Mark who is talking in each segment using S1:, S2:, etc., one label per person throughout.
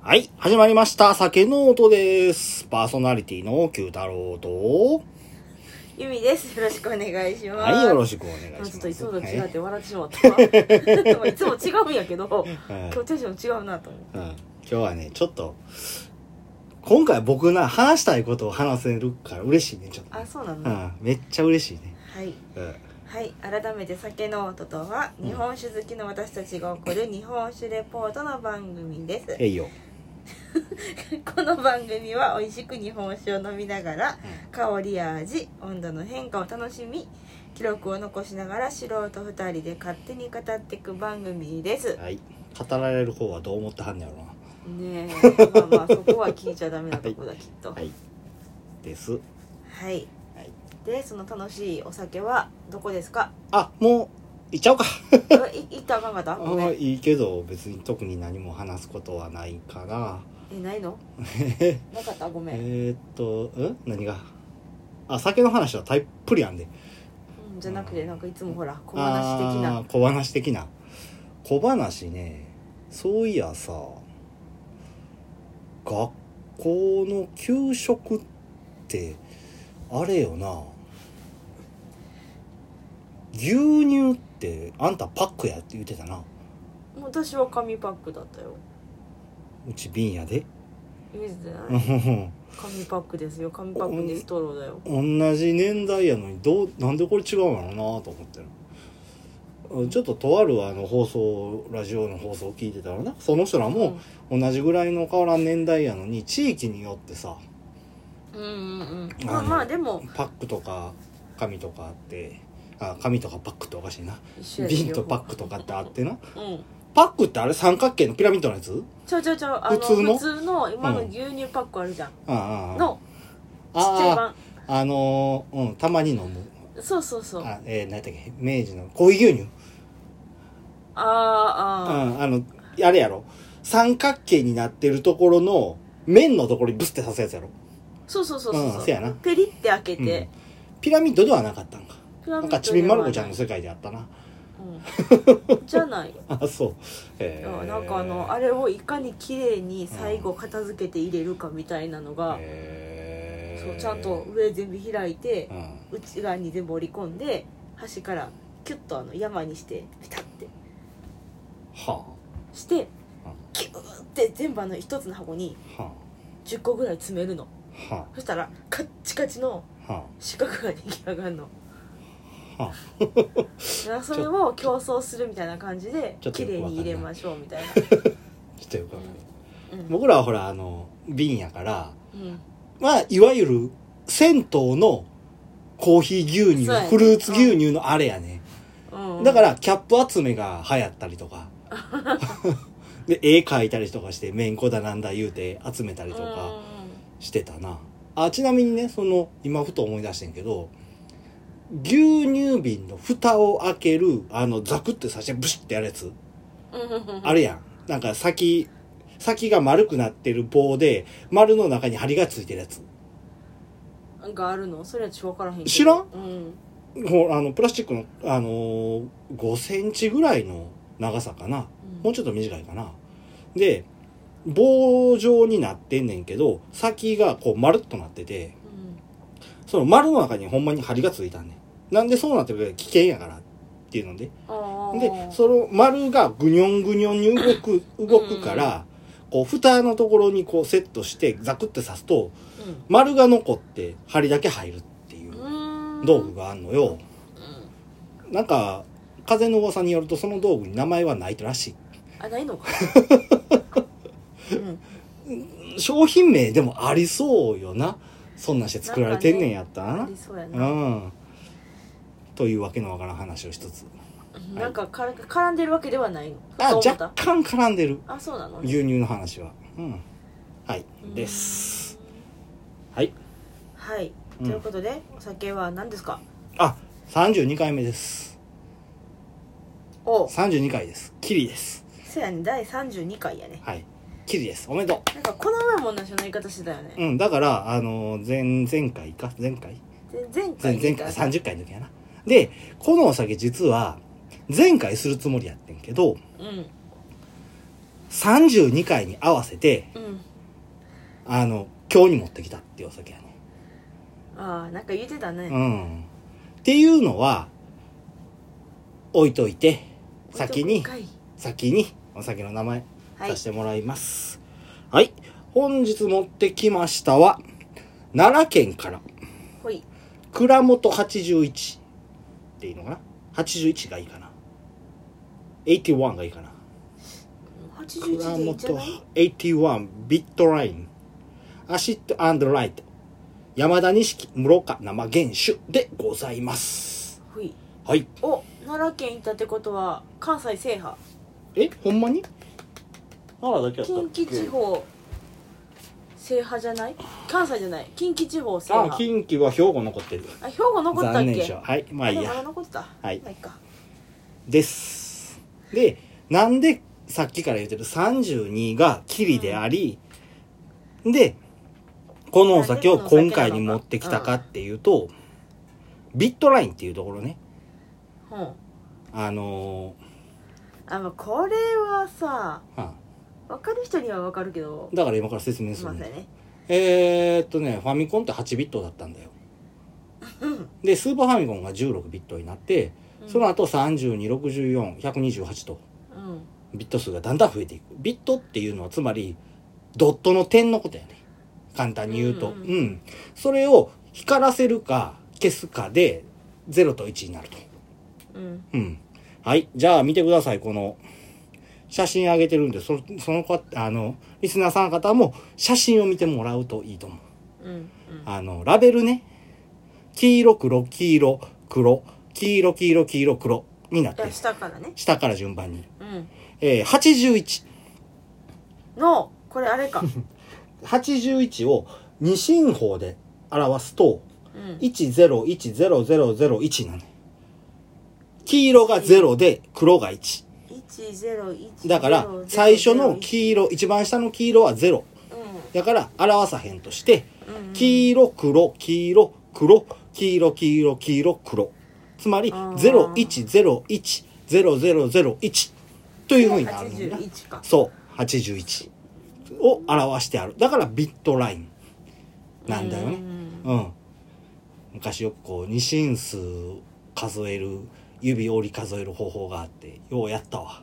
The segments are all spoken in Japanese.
S1: はい、始まりました。酒の音です。パーソナリティの九太郎と、
S2: ゆみです。よろしくお願いします。
S1: はい、よろしくお願いし
S2: あ
S1: ます。
S2: ちょっといつもと違って笑ってしまったわ。いつも違うんやけど、
S1: はい
S2: 今日テンション違うなと思
S1: う
S2: う。
S1: ん今日はね、ちょっと、今回僕な、話したいことを話せるから嬉しいね、ちょっと。
S2: あ、そうなの、
S1: うん、めっちゃ嬉しいね。
S2: はい。
S1: うん
S2: はい。改めて酒の音とは、日本酒好きの私たちが送る日本酒レポートの番組です。
S1: えいよ。
S2: この番組は美味しく日本酒を飲みながら、
S1: う
S2: 香りや味、温度の変化を楽しみ、記録を残しながら素人2人で勝手に語っていく番組です。
S1: はい。語られる方はどう思ってはんねやろな。
S2: ねえまあまあそこは聞いちゃダメなとこだきっとは、
S1: はいい。です。はい
S2: でその楽しいお酒はどこです か
S1: あ、もう、行っちゃおうか。
S2: えい行ったらあかんかったごめ
S1: あ
S2: ん
S1: いいけど、別に特に何も話すことはないから。
S2: えない のなかったごめん、
S1: えー、っと、ん何があ、酒の話はたっぷりあんで。
S2: うんじゃなくてなんかいつもほら小話的
S1: あ
S2: な
S1: ー。小話的な。小話ね、そういやさ、学校の給食って、あれよな、牛乳ってあんたパックやって言ってたな。
S2: 私は紙パックだったよ
S1: うち瓶やで。
S2: 見て
S1: う
S2: ない
S1: ん
S2: 紙パックですよ紙パックでストローだよ
S1: 同じ年代やのにどうなんでこれ違うのかなと思ってるうんちょっととあるあの放送ラジオの放送を聞いてたらなその人らも同じぐらいの変わらん年代やのに地域によってさ
S2: うんうんうんうん
S1: あ
S2: まあ
S1: の
S2: まあでも
S1: パックとか紙とかあってあ紙とかパックっておかしいな
S2: 一緒やで
S1: 瓶とパックとかってあってな
S2: うん
S1: パックってあれ三角形のピラミッドのやつ
S2: ちょちょちょあの
S1: 普通の
S2: 普通の今の牛乳パックあるじゃん、
S1: ああ
S2: のちっちゃい
S1: あ
S2: 版
S1: ああのーうんたまに飲む
S2: そうそうそうあ
S1: あえー、何やったっけ明治のコーヒー牛乳
S2: あーあー
S1: うん、あの、あれやろ。三角形になってるところの、面のところにブスって刺すやつやろ。
S2: そうそうそうそう
S1: うんせやな
S2: ペリって開け
S1: うん
S2: て、
S1: ピラミッドではなかったんか。
S2: ピラ
S1: な
S2: ミ
S1: ん
S2: ッド
S1: か、ちびまる子ちゃんの世界であったな。
S2: うんじゃない、
S1: あ、そう。え
S2: あなんかあのあれをいかに綺麗に最後片付けて入れるかみたいなのが、
S1: えー
S2: そうちゃんと、上全部開いて
S1: う、ん。
S2: 内側に全部折り込んで端からキュッとあの山にしてピタッて
S1: は
S2: して
S1: あ。
S2: キューって全部あの一つの箱に
S1: は
S2: 10個ぐらい詰めるの
S1: あ。は
S2: そしたらカッチカチの
S1: あ。は
S2: 四角が出来上がるの
S1: あ。はあ。
S2: だからそれを競争するみたいな感じで
S1: ちょっと
S2: 綺
S1: よくわかんな
S2: 麗
S1: い
S2: に入れましょうみたいな
S1: ちょっとよくわかんない。
S2: うん
S1: 僕らはほら、あの、瓶やから、
S2: うん
S1: まあ、いわゆる、銭湯のコーヒー牛乳、
S2: そうやね
S1: フルーツ牛乳のあれやね。
S2: うん
S1: だからキャップ集めが流行ったりと かで絵描いたりとかしてめんこだなんだ言うて集めたりと
S2: うんうん
S1: かしてたなあちなみにねその今ふと思い出してんけど牛乳瓶の蓋を開けるあのザクってさしてブシッてやるやつ
S2: うん
S1: あれやんなんか先先が丸くなってる棒で丸の中に針がついてるやつ
S2: なんかあるのそれはちょっと分からへんけど
S1: 知らん
S2: うん
S1: ほあのプラスチックの、あのー5センチぐらいの長さかなもうちょっと短いかな。で、棒状になってんねんけど、先がこう丸っとなってて、
S2: うん
S1: その丸の中にほんまに針がついたんねん。なんでそうなってるか危険やからっていうので。
S2: あー
S1: で、その丸がぐにょんぐにょんに動く、動くから、こう蓋のところにこうセットしてザクって刺すと、
S2: うん
S1: 丸が残って針だけ入るっていう
S2: うん
S1: 道具があんのよ。
S2: うん
S1: なんか、風の噂によるとその道具に名前はないらしい。
S2: あないのかうん
S1: 商品名でもありそうよなそんなんして作られてんねんやったらな
S2: ありそうや
S1: う
S2: なん
S1: というわけのわからん話を一つ
S2: なんかから絡んでるわけではないの
S1: あ
S2: そう思っ
S1: 若
S2: た
S1: 干絡んでる
S2: あそうなの
S1: 牛乳の話はうんはい
S2: うん
S1: ですはい
S2: はい
S1: うん
S2: ということでお酒は何ですか
S1: あ32回目です
S2: おう
S1: 32回ですキリです
S2: せやね第32回やね
S1: はいキリですおめでと
S2: なんかこの前も同じような言い方してたよ
S1: う
S2: ね
S1: うんだからあの前前回か前回
S2: で前回
S1: 前前回30回の時やなでこのお酒実は前回するつもりやってんけど
S2: うん
S1: 32回に合わせて
S2: うん
S1: あの今日に持ってきたっていうお酒やね
S2: ああなんか言ってたね、
S1: うんっていうのは置いといて
S2: 置いとく
S1: 先に
S2: かい
S1: 先にお酒の名前
S2: はい
S1: させてもらいますはい、本日持ってきましたは奈良県から
S2: ほい
S1: 蔵元81っていいのかな81がいいかな81がいいかな蔵
S2: 81でいいんじゃ
S1: 元
S2: ない
S1: 81ビットラインアシッドライト山田錦室岡生原酒でございます
S2: ほい
S1: はい
S2: お奈良県行ったってことは関西制覇
S1: えほんまに奈良だけやった
S2: 近
S1: っけ
S2: 畿地方制覇じゃない関西じゃない近畿地方制
S1: あ
S2: 覇
S1: 近畿は兵庫残ってる
S2: あ兵庫残ったっ
S1: 残念
S2: け
S1: でしょはいまあいい
S2: でもまだ
S1: や
S2: 残ってた
S1: はい
S2: まあいいか
S1: ですでなんでさっきから言ってる32がキリであり、でこのお酒を今回に持ってきたかっていうと、ビットラインっていうところね
S2: うん
S1: あの
S2: あのこれはさ
S1: ーは
S2: 分かる人には分かるけど
S1: いだから今から説明
S2: す
S1: す
S2: いま
S1: る
S2: せん
S1: ね
S2: ね
S1: えー、っとねファミコンって8ビットだったんだよでスーパーファミコンが16ビットになってその後3264128と
S2: うん
S1: ビット数がだんだん増えていくビットっていうのはつまりドットの点のことやね簡単に言うと
S2: う
S1: うんん、
S2: うん
S1: それを光らせるか消すかで0と1になると
S2: うん
S1: うんはいじゃあ見てくださいこの写真あげてるんでそその方あのリスナーさん方も写真を見てもらうといいと思う
S2: うん
S1: あのラベルね黄色黒黄色黒黄色黄色黄色黒になって
S2: う
S1: る
S2: ん下からね
S1: 下から順番に、
S2: うん
S1: えー、81
S2: のこれあれ か
S1: 81を二進法で表すと
S2: うん
S1: 101001なの黄色が0で黒が1
S2: 101
S1: だから最初の黄色一番下の黄色は0だから表さへんとして黄色黒黄色黒黄色黄色黄色黒つまり
S2: あー
S1: 01010001というふうになるのね
S2: 81か
S1: そう81を表してあるだからビットラインなんだよね
S2: う
S1: う
S2: ん
S1: ん、昔よくこう二進数数える指折り数える方法があってようやったわ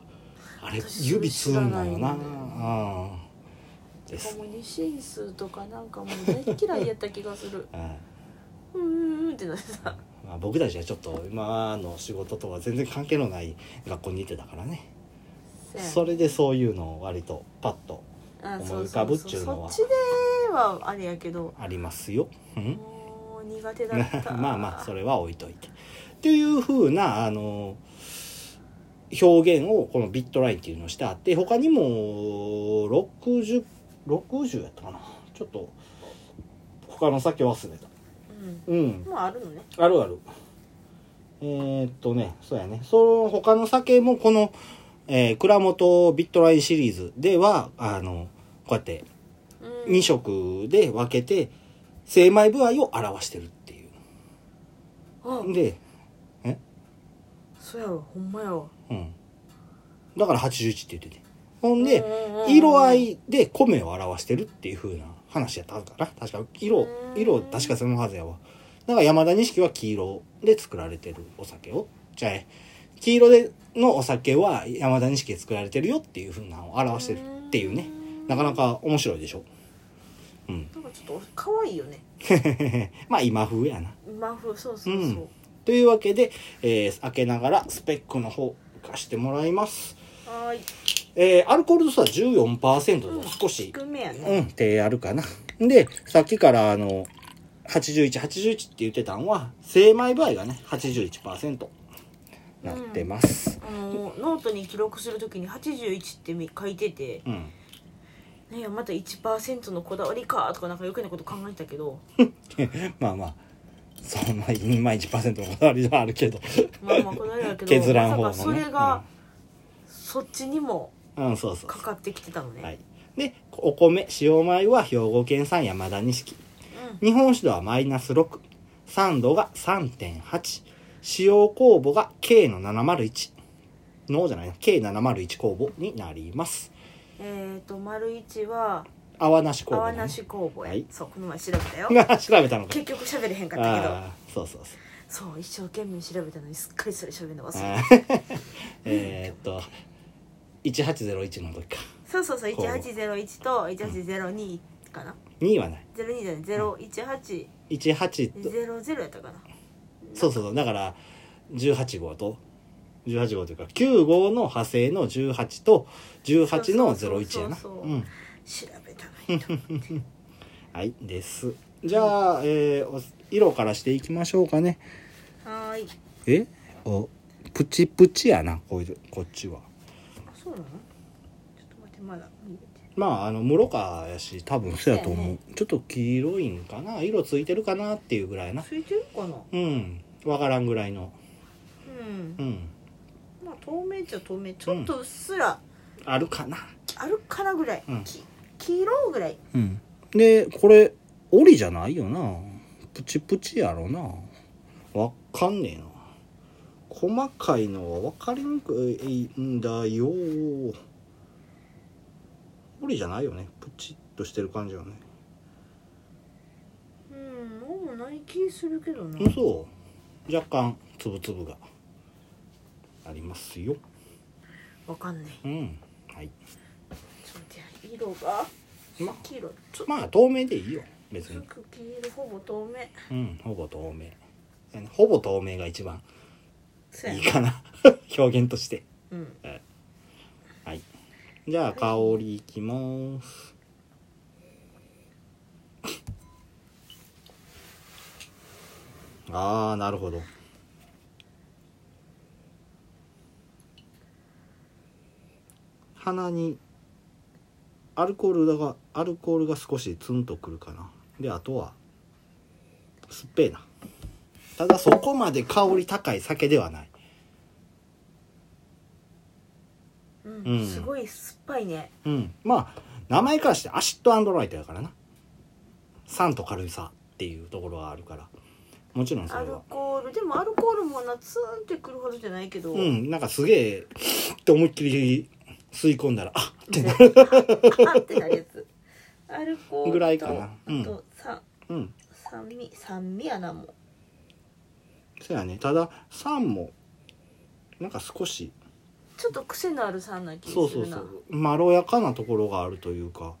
S1: あれ
S2: 私
S1: 指つうんだよな
S2: それ知らないん
S1: うんです、
S2: もう二進数とかなんかもう大嫌いやった気がする
S1: うん
S2: うんうんうんってなってた
S1: まあ、僕たちはちょっと今の仕事とは全然関係のない学校にいてたからねそれでそういうのを割とパッと思い浮かぶっちゅうのは
S2: そっちではあれやけど
S1: ありますよ、うん
S2: もう苦手だった
S1: まあまあそれは置いといてっていうふうなあの表現をこのビットラインっていうのをしてあって他にも6060やったかなちょっと他の酒忘れた
S2: うん
S1: うん
S2: まああるのね
S1: あるあるえーっとねそうやねその他の酒もこの、えー蔵元ビットラインシリーズではあのこうやって
S2: うん
S1: 2色で分けて精米部合を表してるっていう
S2: あ
S1: で、
S2: そうやわほんまやわ
S1: うん。だから81って言ってて。ほんで、
S2: うんうんうん
S1: 色合いで米を表してるっていう風な話やったんかな。確か、色、
S2: うん
S1: 色、確かそのはずやわ。だから山田錦は黄色で作られてるお酒を。じゃあ、黄色でのお酒は山田錦で作られてるよっていう風なのを表してるっていうね。なかなか面白いでしょ。 うん。
S2: なんかちょっと可愛いよね
S1: まあ今風やな。
S2: 今風そうそうそう、
S1: うんというわけで、えー開けながらスペックの方、貸してもらいます。
S2: はーい
S1: えーアルコール度数は14%と少し、
S2: 低めや
S1: う
S2: ね
S1: ん、ってあるかな。で、さっきからあの、81、81って言ってたんは、精米部合がね、81%なってます。
S2: あのノートに記録するときに81ってみ書いてて
S1: うん。
S2: 「ねえまた1%のこだわりか」とかなんか余計なこと考えてたけど
S1: まあまあ、そんな、今1%のこだわりではあるけど。
S2: まあまあこだ わりだけど
S1: 削らん方のね
S2: まさかそれが、そっちにも
S1: うん、そうそう
S2: かかってきてたのね、
S1: はい。で、お米、塩米は兵庫県産山田錦。日本酒度はマイナス6、酸度が3.8、使用酵母が K の701、脳じゃないな、K701 酵母になります。
S2: えっ、と丸一は
S1: 泡なし工
S2: 泡
S1: 房、ね
S2: な、し工房や、
S1: はい
S2: そうこの前調べたよ
S1: 調べたのか
S2: 結局喋れへんかったけど
S1: ああそうそうそう
S2: そう一生懸命調べたのにすっかりそれ喋るの忘れて
S1: あー えーっと1801の時か
S2: そうそうそう
S1: こう
S2: 1801と1802かな、
S1: 2はない
S2: 02じゃない01800
S1: 18と
S2: やったかな
S1: そうそうそうだから18号と18号というか9号の派生の18と18の01やな
S2: そうそうそうそう
S1: うん
S2: 調べたのにと
S1: はいですじゃあ、えーお色からしていきましょうかね
S2: はーい
S1: えおプチプチやなこういうこっちは
S2: あそうなのちょっと待ってまだ見えて
S1: まああの室川やし多分そうやと思う、
S2: そうや
S1: ちょっと黄色いんかな色ついてるかなっていうぐらいやな
S2: ついてるかな
S1: うんわからんぐらいの
S2: うん
S1: うん
S2: まあ透明っちゃ透明ちょっとうっすら
S1: あるかな
S2: あるかなぐらい、
S1: うん
S2: き黄色ぐらい
S1: うんでこれ折りじゃないよなプチプチやろなわかんねえな細かいのはわかりにくいんだよ折りじゃないよねプチっとしてる感じよね
S2: うんもうない気するけどな
S1: うんそう若干つぶつぶがありますよ
S2: わかんない
S1: うんはい
S2: ちょっと待って色が
S1: ま
S2: 黄色ちょっ
S1: まあ透明でいいよ別
S2: と
S1: に
S2: 黄色ほぼ透明
S1: うんほぼ透明やねほぼ透明が一番
S2: そう
S1: い
S2: や
S1: い
S2: な
S1: かな 表現として
S2: うん
S1: はいじゃあ香りいきますあーなるほど鼻にアルコールだがアルコールが少しツンとくるかなであとは酸っぱいなただそこまで香り高い酒ではない
S2: うん、
S1: うん
S2: すごい酸っぱいね
S1: うん、まあ名前からしてアシッドアンドライトやからな酸と軽さっていうところはあるからもちろんそ
S2: ア
S1: れ
S2: ル
S1: は
S2: コールでもアルコールもなツーンってくるほどじゃないけど、
S1: う、んなんかすげえって思いっきり吸い込んだらあっってなる
S2: あってなるやつアルコールと
S1: ぐらいかなうん
S2: あとさ
S1: うん
S2: 酸味酸味やなもう
S1: そやねただ酸もなんか少し
S2: ちょっと癖のある酸な気
S1: そう
S2: がす
S1: そう
S2: る
S1: そ
S2: な
S1: うまろやかなところがあるというか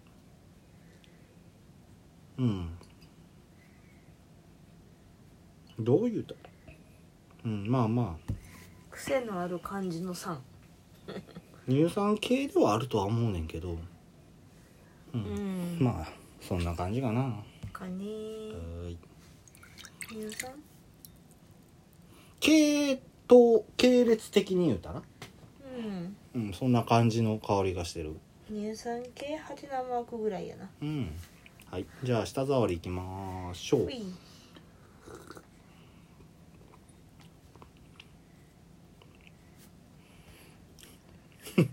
S1: うんどういうたうんまあまあ
S2: 癖のある感じの酸
S1: 乳酸系ではあるとは思うねんけど
S2: うん、
S1: まあそんな感じかな
S2: カニ
S1: はい
S2: 乳酸
S1: 系統系列的に言うたら
S2: うん
S1: うんそんな感じの香りがしてる
S2: 乳酸系ハテナマークぐらいやな
S1: うんはいじゃあ舌触りいきましょう
S2: うい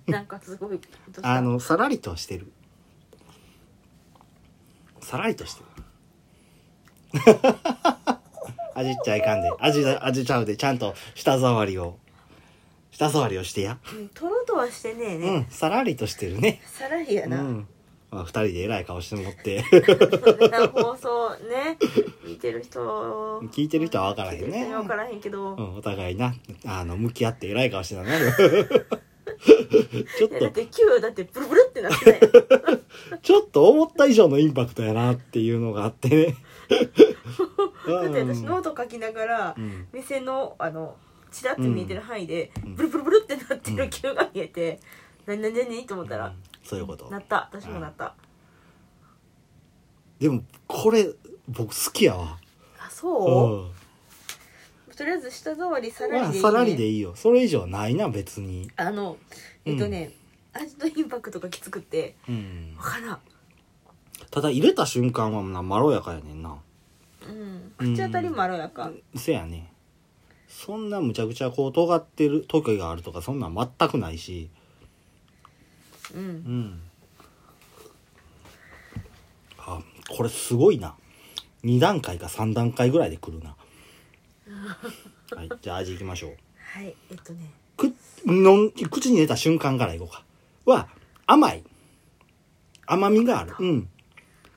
S2: なんかすごいことした
S1: あのさらりとしてるさらりとしてる 味っちゃいかんで味だ味ちゃうでちゃんと舌触りを舌触りをしてや
S2: うんとろとはしてねえね、
S1: うんさらりとしてるね
S2: さらりや
S1: う
S2: な、
S1: んまあ、2人で偉い顔してもって
S2: こんな放送ね見てる人
S1: 聞いてる人は分からへ
S2: 聞いて
S1: ん
S2: る人
S1: ね
S2: には分からへんけど、
S1: うんお互いなあの向き合って偉い顔してた なちょ
S2: い
S1: っ
S2: やだっ
S1: と
S2: て9だってブルブルってなってない
S1: ちょっと思った以上のインパクトやなっていうのがあってね
S2: だって私ノー
S1: う
S2: ト書きながら
S1: ん
S2: 目線のあのチラッと見えてる範囲で、
S1: うん
S2: ブルブルブルってなって
S1: う
S2: る
S1: ん
S2: 球が見えて、何何何と思ったら、
S1: そういうこと
S2: なった私もなった、
S1: でもこれ僕好きやわ
S2: あそ
S1: う
S2: う、
S1: ん
S2: とりあえず舌触りさら
S1: まあ
S2: りでいい、ね
S1: さらりでいいよそれ以上ないな別に
S2: あのえっとね、味のインパクトがきつくって
S1: うん
S2: わからん、
S1: ただ入れた瞬間はなまろやかやねんな
S2: うん、
S1: うん
S2: 口当たりまろやか、
S1: せやねそんなむちゃくちゃこう尖ってる時があるとかそんなん全くないし
S2: うん
S1: うんあこれすごいな2段階か3段階ぐらいで来るなはいじゃあ味いきましょう
S2: はいえっとね
S1: くのん口に入れた瞬間からいこうかは甘い甘みがある。うん。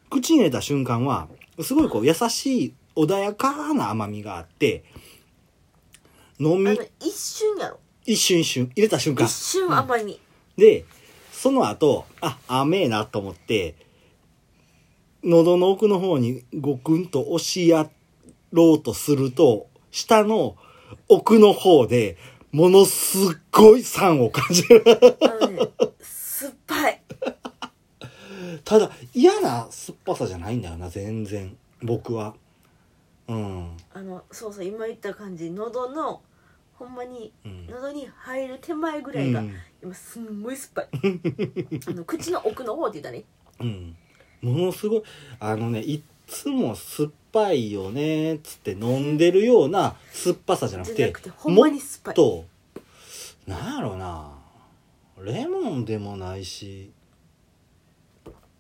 S1: 口に入れた瞬間は、すごいこう優しい、穏やかな甘みがあって、飲
S2: あ
S1: み
S2: の、一瞬やろ
S1: 一瞬一瞬、入れた瞬間
S2: 一。瞬甘み、
S1: で、その後、あ、甘えなと思って、喉の奥の方にごくんと押しやろうとすると、下の奥の方で、ものすっごい酸を感じる。
S2: あのね、酸っぱい
S1: ただ、嫌な酸っぱさじゃないんだよな、全然。僕は。うん。
S2: あのそうそう今言った感じ喉のほんまに
S1: うん
S2: 喉に入る手前ぐらいが、
S1: うん
S2: 今すんごい 酸っぱいあの口の奥の方って言ったね
S1: うん、ものすごいあのねいっつも酸っぱいよねっつって飲んでるような酸っぱさじゃなく
S2: じゃ
S1: て
S2: なくてほんまに酸っぱい
S1: もっとなんやろなレモンでもないし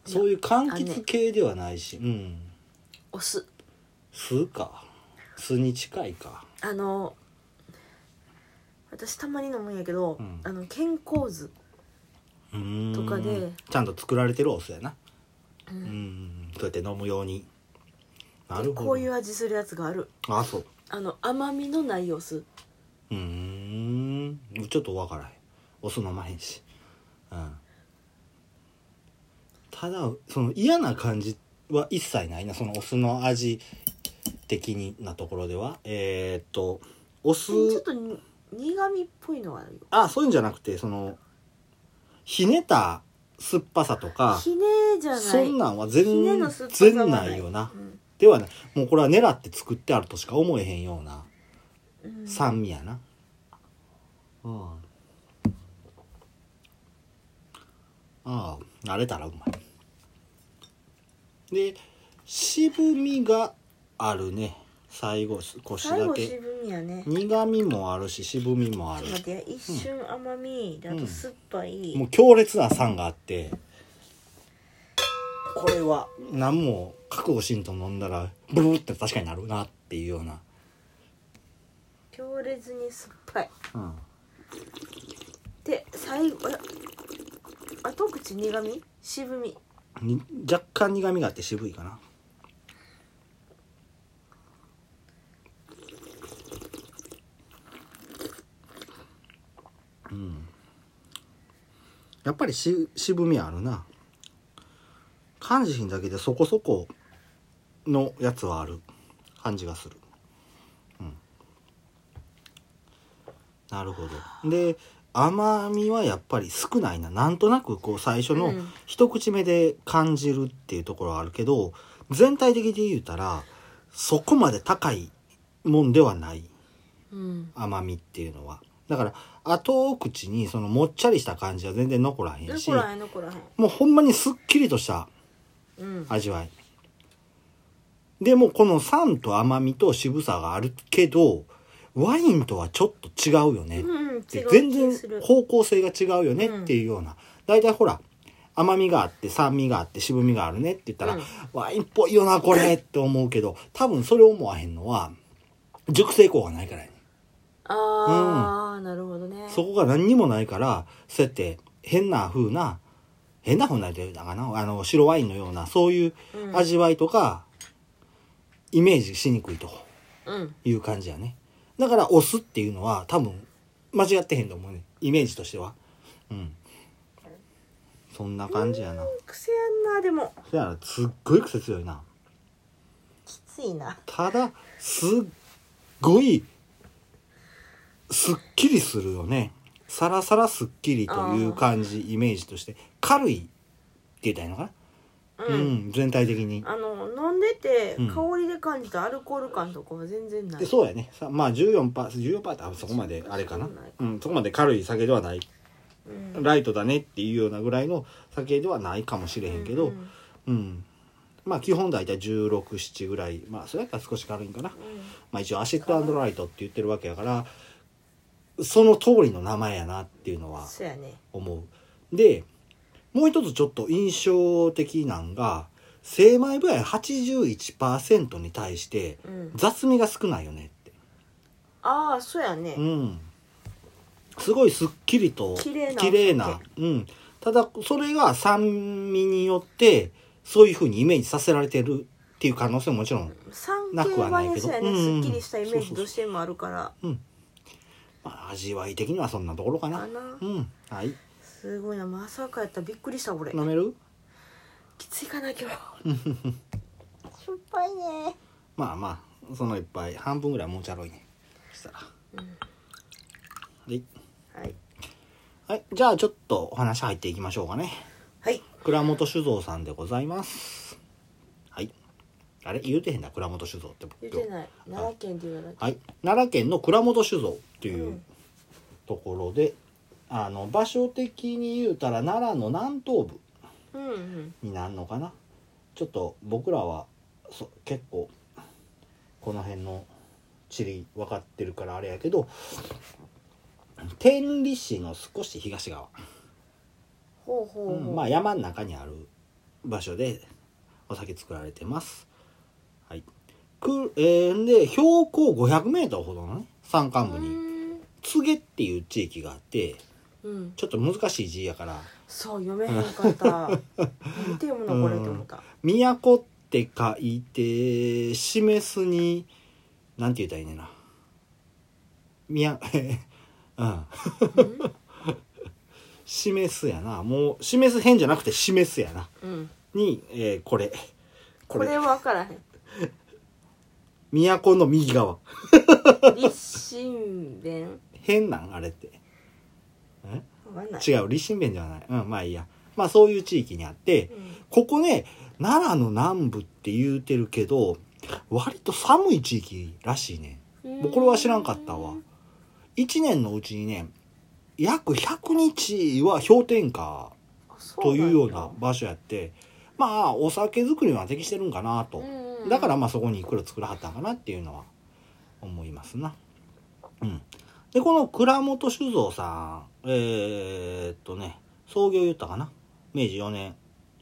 S1: そういう柑橘系ではないし、うん
S2: お酢
S1: 酢か酢に近いか
S2: あの私たまに飲むんやけど、
S1: うん
S2: あの健康酢
S1: うーん
S2: とかで
S1: ちゃんと作られてるお酢やな
S2: う
S1: うんんそうやって飲むようになるほど
S2: こういう味するやつがある
S1: あそう
S2: あの甘みのないお酢
S1: うーんちょっとわからへんお酢飲まへんし、うん、ただその嫌な感じは一切ないなそのお酢の味的なところではえーっとお
S2: ち
S1: 酢
S2: ょっとに苦味っぽいのがあるよ
S1: あそういうんじゃなくてそのひねった酸っぱさとか
S2: ひねじゃない
S1: そんなんは
S2: ひね
S1: 全
S2: の酸っぱさは
S1: 然ないよな
S2: うん
S1: ではないもうこれは狙って作ってあるとしか思えへんような
S2: うん
S1: 酸味やなうんああ慣れたらうまいで渋みがあるね最後少し
S2: 最
S1: だ
S2: 後
S1: け
S2: 渋みやね
S1: 苦みもあるし渋みもある
S2: 待ってや一瞬甘み、であと酸っぱい、
S1: もう強烈な酸があってこれは何も覚悟しんと飲んだらブルーって確かになるなっていうような
S2: 強烈に酸っぱい
S1: うん
S2: で最後あ後口苦味渋み
S1: に若干苦みがあって渋いかなうんやっぱりし渋みあるな漢字品だけでそこそこのやつはある感じがするうんなるほどで甘みはやっぱり少ないななんとなくこう最初
S2: う
S1: の
S2: ん
S1: 一口目で感じるっていうところはあるけど全体的で言うたらそこまで高いもんではない
S2: うん
S1: 甘みっていうのはだから後口にそのもっちゃりした感じは全然残らへんし
S2: 残らへん残らへん
S1: もうほんまにすっきりとした
S2: うん
S1: 味わいでもこの酸と甘みと渋さがあるけどワインとはちょっと違うよね
S2: うん、違う
S1: って全
S2: 気
S1: 然
S2: がする
S1: 方向性が違うよねっていうような大体ほら甘みがあって酸味があって渋みがあるねって言ったら、
S2: うん
S1: ワインっぽいよなこれって思うけど多分それ思わへんのは熟成効がないからやね
S2: ああ、なるほどね
S1: そこが何にもないから、そうやって変な風な、変な風なというのかな、あの、白ワインのような、そういう
S2: うん
S1: 味わいとか、イメージしにくいと
S2: うん
S1: いう感じやね。だから、お酢っていうのは多分、間違ってへんと思うね。イメージとしては。うん。そんな感じやな。
S2: 癖やんなでも
S1: そやな、すっごい癖強いな。
S2: きついな
S1: ただ、すっごい、すっきりするよね。さらさらすっきりという感じ、イメージとして。軽いって言ったらいいのかな、
S2: う、
S1: うんん、全体的に。
S2: あの飲んでて
S1: うん
S2: 香りで感じたアルコール感とかは全然ない、
S1: でそうやね。さまあ14%、14%ってあそこまであれかな。うん、そこまで軽い酒ではない。
S2: うん
S1: ライトだねっていうようなぐらいの酒ではないかもしれへんけど、
S2: う
S1: うんん、まあ基本大体16、7ぐらい。まあそれやったら少し軽いんかな。まあ、一応アシッドライトって言ってるわけやからその通りの名前やなっていうの
S2: うん
S1: は
S2: そうやね
S1: 思うでもう一つちょっと印象的なんが精米部合81%に対して
S2: うん
S1: 雑味が少ないよねって
S2: ああそうやね
S1: うんすごいすっきりと
S2: 綺麗な
S1: 綺麗な、うん、ただそれが酸味によってそういうふうにイメージさせられてるっていう可能性ももちろん、
S2: 酸
S1: な
S2: 系
S1: くはな
S2: は
S1: い
S2: ね
S1: けど
S2: そうやね、
S1: うん
S2: すっきりしたイメージどうしてもあるから
S1: まあ、味わい的にはそんなところかな
S2: かな
S1: うんはい
S2: すごいなまさかやったびっくりした俺
S1: 飲める
S2: きつい かな今日しょっぱいね
S1: まあまあその一杯半分ぐらいもうちゃろいねそしたら、はい、
S2: はい
S1: はい、じゃあちょっとお話入っていきましょうかね
S2: はい
S1: 倉本酒造さんでございますはいあれ言うてへんな倉本酒造って
S2: 言ってない奈良県で言わなきゃ
S1: はい、奈良県の倉本酒造っていううんところで、あの場所的に言うたら奈良の南東部
S2: うんうん
S1: になるのかなちょっと僕らはそ結構この辺の地理分かってるからあれやけど天理市の少し東側、
S2: ほうほうほう、
S1: うんまあ山の中にある場所でお酒作られてますはいくえーで標高 500m ほどのね山間部
S2: う
S1: に
S2: ーん
S1: 柘植っていう地域があって
S2: うん
S1: ちょっと難しい字やから
S2: そう読めへんかった 何て読むのこれって思った
S1: 「都」って書いて示すになんて言ったらいいねんな「みや」 うん「示す」やなもう「示す」変じゃなくて「示す」やな
S2: うん、うん、
S1: に、えーこれこ
S2: こ
S1: れ
S2: れ分からへん
S1: 都の右側
S2: 立身弁
S1: 変なんあれってえ
S2: 分かんない
S1: 違う立身弁じゃないうんまあいいやまあそういう地域にあって、
S2: うん
S1: ここね、奈良の南部って言うてるけど、割と寒い地域らしいね。もうこれは知らんかったわ。一年のうちにね、約100日は氷点下
S2: あそ
S1: と
S2: なんだ
S1: いうような場所やって、まあ、お酒作りには適してるんかなと。
S2: うんうん
S1: だからまあそこにいくら作らはったんかなっていうのは思いますな。うん。で、この倉本酒造さん、えーっとね、創業言ったかな明治4年、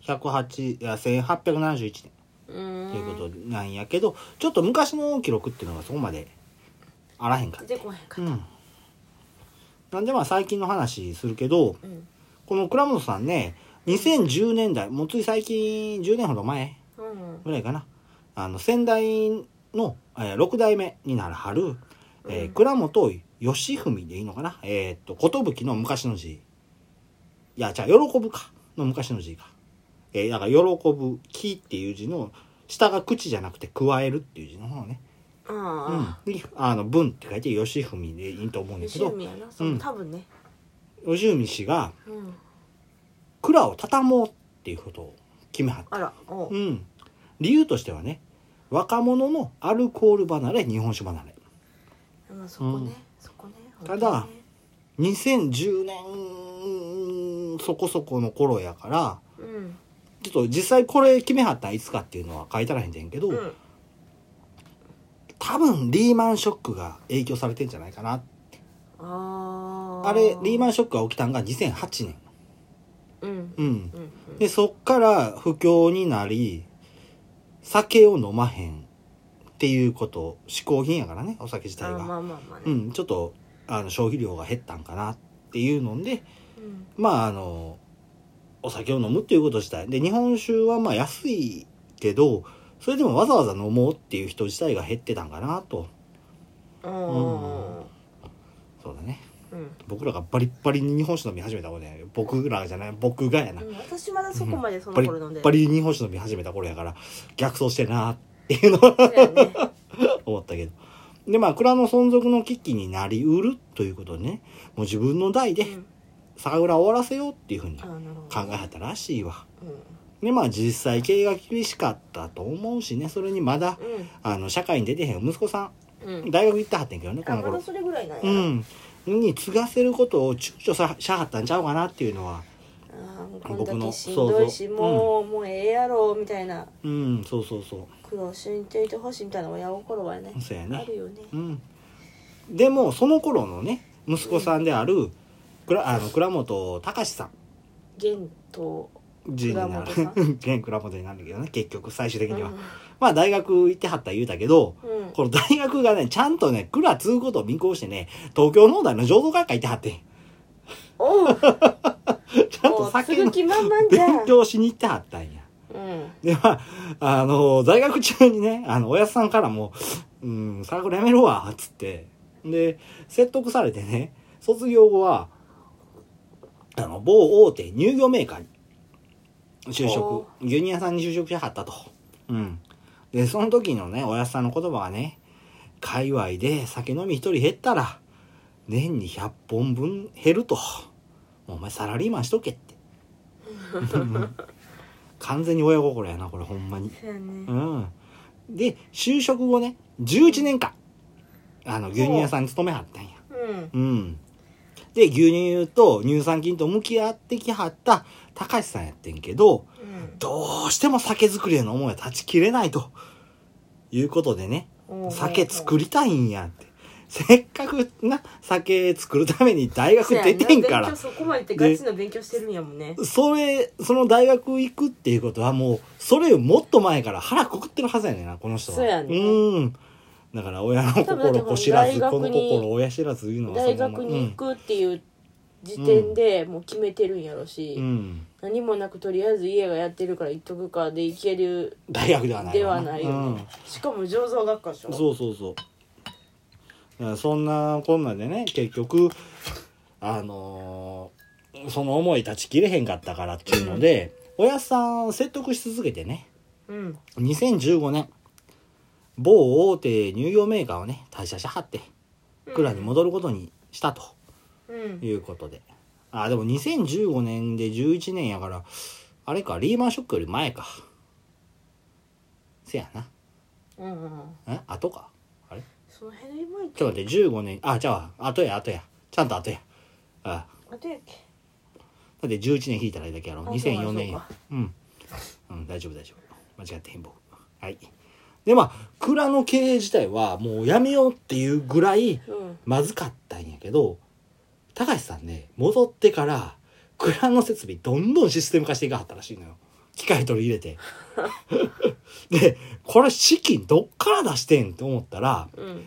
S1: 108、いや、1871年
S2: うん
S1: ということなんやけど、ちょっと昔の記録っていうのがそこまであらへんかっ
S2: 出て
S1: た。
S2: こへんか
S1: う
S2: った
S1: ん。なんでまあ最近の話するけど、
S2: うん
S1: この倉本さんね、2010年代、もうつい最近10年ほど前
S2: うん
S1: ぐらいかなあの先代の、えー、6代目になるはる、えー
S2: うん
S1: 倉本義文でいいのかなえーっと寿の昔の字いやじゃあ喜ぶかの昔の字か、えー、だから喜ぶ木っていう字の下が口じゃなくて加えるっていう字の方ね、うん
S2: あ、
S1: にあの文って書いて義文でいいと思う
S2: あ
S1: んですけ
S2: 吉
S1: ど
S2: 見やなそううん多分ね
S1: 義文氏が
S2: うん
S1: 蔵を畳もうっていうことを決めはった
S2: あらおう
S1: うん、理由としてはね若者のアルコール離れ日本酒離れ
S2: まあそこ
S1: う
S2: ね
S1: ん
S2: そこね
S1: ただ
S2: 本当にね
S1: 2010年そこそこの頃やから
S2: うん
S1: ちょっと実際これ決めはったんいつかっていうのは書いたらへんねんけど、
S2: うん
S1: 多分リーマンショックが影響されてんじゃないかな
S2: あ
S1: あれリーマ
S2: ン
S1: ンショックが起きたんが2008年
S2: うん
S1: うん
S2: うんうん
S1: でそっから不況になり酒を飲まへんっていうこと嗜好品やからねお酒自体
S2: あ
S1: が、
S2: まあまあまあ
S1: う
S2: ね
S1: ん、ちょっとあの消費量が減ったんかなっていうので
S2: うん
S1: まああのお酒を飲むっていうこと自体で日本酒はまあ安いけどそれでもわざわざ飲もうっていう人自体が減ってたんかなと
S2: あ
S1: そうだね
S2: ーうん
S1: 僕らがバリッバリに日本酒飲み始めた頃や僕らじゃない僕がやな、
S2: うん私まだそこまでそ
S1: バ
S2: の
S1: リ
S2: 頃飲ん
S1: ッ
S2: で
S1: バ
S2: ない
S1: リに日本酒飲み始めた頃やから逆走してるなっていうのは
S2: そうやね
S1: 思ったけどでまあ蔵の存続の危機になりうるということでねもう自分の代で
S2: うん
S1: 酒蔵を終わらせようっていうふうに
S2: あーなるほ
S1: 考
S2: ど
S1: えはったらしいわ。
S2: うん
S1: でまあ実際経営が厳しかったと思うしねそれにまだ
S2: うん
S1: あの社会に出てへん息子さ
S2: うん
S1: ん大学行ってはってんけどねこ
S2: あ
S1: の
S2: まだ
S1: 頃
S2: それぐらいなんや
S1: う
S2: な、
S1: んに継がせることを躊躇さしゃはったんちゃうかなっていうのは
S2: あーもう
S1: 僕
S2: こんだ
S1: の
S2: けしんどいし
S1: そうそう
S2: もう、もうええやろみたいな
S1: うんそうそうそ
S2: 苦労しんといてほしいみたいな親心はね
S1: うそうや
S2: あ
S1: ね
S2: るよね
S1: うんでもその頃のね息子さんである倉あの倉本隆さん
S2: 元と
S1: 人になる
S2: 倉本さ
S1: 現倉本になるんだけどね結局最終的
S2: うん
S1: には、まあ大学行ってはった言うたけど
S2: うん
S1: この大学がね、ちゃんとね、蔵継ぐことを見越してね、東京農大の浄土学会行ってはってん。
S2: おう
S1: ちちゃんと
S2: す
S1: 酒
S2: ぐ
S1: の
S2: 気満々じゃん
S1: 勉強しに行ってはったんや。
S2: うん
S1: で、まあ、あの、在学中にね、あの、おやつさんからも、うん、サークルやめるわ、つって。で、説得されてね、卒業後は、あの、某大手乳業メーカーに就職
S2: お、
S1: 牛乳屋さんに就職しはったと。うん。で、その時のね、おやつさんの言葉がね、界隈で酒飲み一人減ったら、年に100本分減ると。もうお前サラリーマンしとけって。完全に親心やな、これほんまに。
S2: そうや
S1: う
S2: ね
S1: ん。で、就職後ね、11年間、あの、牛乳屋さんに勤めはったんや。
S2: うん
S1: うん。で、牛乳と乳酸菌と向き合ってきはった高橋さんやってんけど、どうしても酒造りへの思いは断ち切れないと。いうことでね、
S2: うん
S1: 酒作りたいんやって。せっかくな、酒作るために大学出てんか
S2: そうやな勉強
S1: ら。
S2: そこまで行ってガチの勉強してるんやもんね
S1: それ、その大学行くっていうことはもう、それよりもっと前から腹くくってるはずやねんな、この人は。
S2: そうやね
S1: うん。だから親の
S2: 多分だっ
S1: 心
S2: ても
S1: 子
S2: う
S1: 知らず、
S2: 大
S1: こ
S2: 学
S1: の
S2: に
S1: 心親知らずいうのはその
S2: 大
S1: まま
S2: 学に行くっていう時点でもう決めてるんやろし、
S1: うん。うん
S2: 何もなくとりあえず家がやってるから行っとくかで行ける
S1: 大学ではない
S2: で
S1: わ
S2: はないよね、しかも醸造学科でし
S1: うん。
S2: ょ
S1: そうそうそう。だからそんなこんなでね、結局、あのーその思い断ち切れへんかったからっていうので、親さん説得し続けてね。
S2: うん
S1: 2015年某大手乳業メーカーをね退社しはって蔵に戻ることにしたと
S2: うん
S1: いうことで、あでも2015年で11年やからあれかリーマンショックより前かせやな
S2: うんうん
S1: ん後かあれ
S2: その辺の今
S1: ちょっと待って15年あじゃあ後や後やちゃんと後やあ
S2: あとやっけ
S1: だって11年引いたらいいだけやろ
S2: あ
S1: 2004年
S2: そう
S1: や
S2: か
S1: うん、うん、大丈夫大丈夫間違ってへん僕はいでまあ蔵の経営自体はもうやめようっていうぐらい
S2: うん
S1: まずかったんやけど高橋さんね戻ってから蔵の設備どんどんシステム化していかはったらしいのよ機械取り入れて でこれ資金どっから出してんって思ったら
S2: うん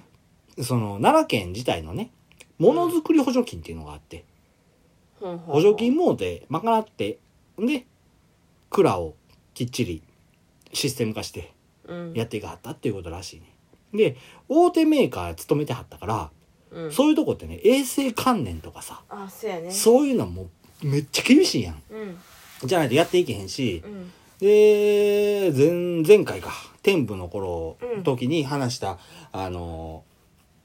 S1: その奈良県自体のねものづくり補助金っていうのがあって、
S2: ほん
S1: 補助金もうて賄ってで蔵をきっちりシステム化して
S2: うん
S1: やっていかはったっていうことらしいねで大手メーカー勤めてはったから、
S2: うん
S1: そういうとこってね衛生関連とかさ
S2: あそうやね
S1: そういうのもめっちゃ厳しいやん
S2: うん
S1: じゃないとやっていけへんし
S2: うん
S1: で前前回か天部の頃、
S2: うん
S1: 時に話したあの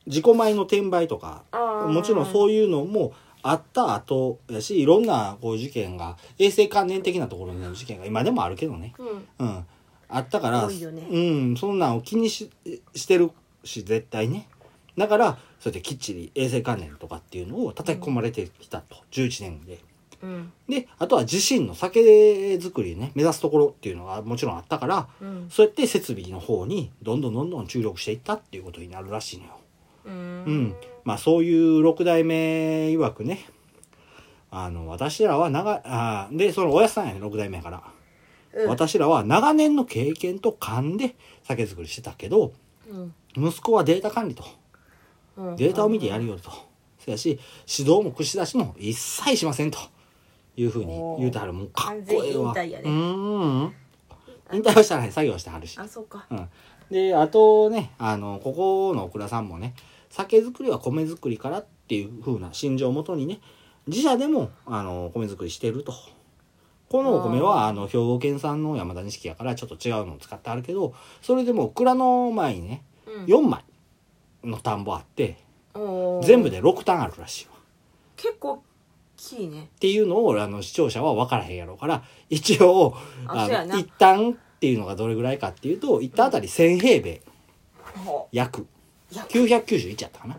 S1: 自己米の転売とか
S2: ああ
S1: もちろん
S2: う
S1: そういうのもあった後やし、いろんなこう事件が、衛生関連的なところの事件が今でもあるけどね。
S2: うん
S1: うん。あったから、
S2: 多いよね
S1: うん、そんなんを気にししてるし、絶対ね。だから、そうやってきっちり衛生関連とかっていうのを叩き込まれてきたと、11年で。
S2: うん
S1: で、あとは自身の酒造りね、目指すところっていうのがもちろんあったから、
S2: うん
S1: そうやって設備の方にどんどんどんどん注力していったっていうことになるらしいのよ。
S2: う
S1: うんん、まあそういう六代目曰くねあの私らは長あーでそのおやっさんやね六代目やから、
S2: うん
S1: 私らは長年の経験と勘で酒造りしてたけど
S2: うん
S1: 息子はデータ管理と
S2: うん
S1: データを見てやるよとせやし指導も串出しも一切しませんというふうに言うてはるもうかっこええわ
S2: 完全引退やね
S1: うーん引退はしてない作業はしてはるし
S2: あそうか
S1: うん、であとねあのここの倉さんもね酒造りは米作りからっていう風な心情をもとにね自社でもあの米作りしてるとこのお米はあの兵庫県産の山田錦やからちょっと違うのを使ってあるけどそれでも蔵の前にね
S2: うん
S1: 4枚の田んぼあって
S2: おー
S1: 全部で6単あるらしいわ。
S2: 結構大きいね
S1: っていうのをあの視聴者は分からへんやろうから一応
S2: あ
S1: あ
S2: そうや
S1: の
S2: な
S1: 一旦っていうのがどれぐらいかっていうと一旦あたり1,000平米
S2: ほ
S1: 約
S2: ういや
S1: 991やったかな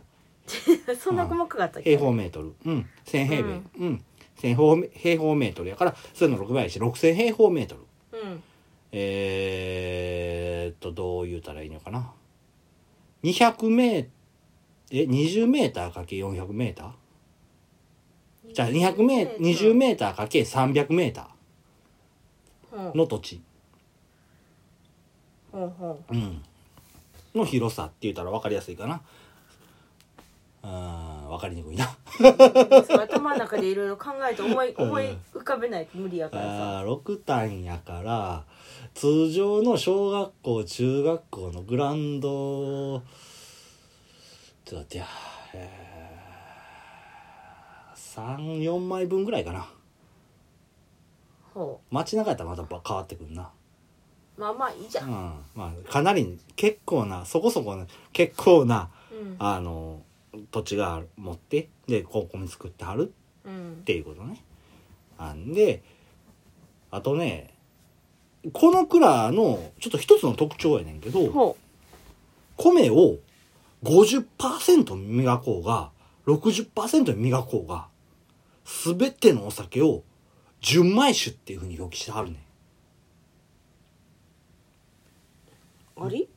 S2: そんな細かかったっけ
S1: 平方メートルうん1000平米うん、1000平方平方メートルやからそれの6倍やし6000平方メートル
S2: うん
S1: えー、っとどう言うたらいいのかな200メーえ20メーターかけ400メーターじゃあ200メー20メーターかけ300メータ
S2: ほ
S1: ーの土地
S2: うほ
S1: うんの広さって言ったら分かりやすいかなあ分かりにくいな
S2: そう頭の中でいろいろ考えて思い思い浮かべないと無理やからさ
S1: あー6単やから通常の小学校中学校のグラウンドちょっと待ってや、えー、34枚分ぐらいかな
S2: ほ
S1: 街中やったらまたば変わってくるな
S2: うまあまあいいじゃ
S1: うんんまあかなり結構なそこそこな結構な
S2: うん
S1: あの土地がある持ってで高校に作ってはる
S2: うん
S1: っていうことね。あんで、あとね、この蔵のちょっと一つの特徴やねんけど、
S2: ほ
S1: 米を50%磨こうが、60%磨こうが、すべてのお酒を純米酒っていうふうに表記してはるねん。
S2: うあ れ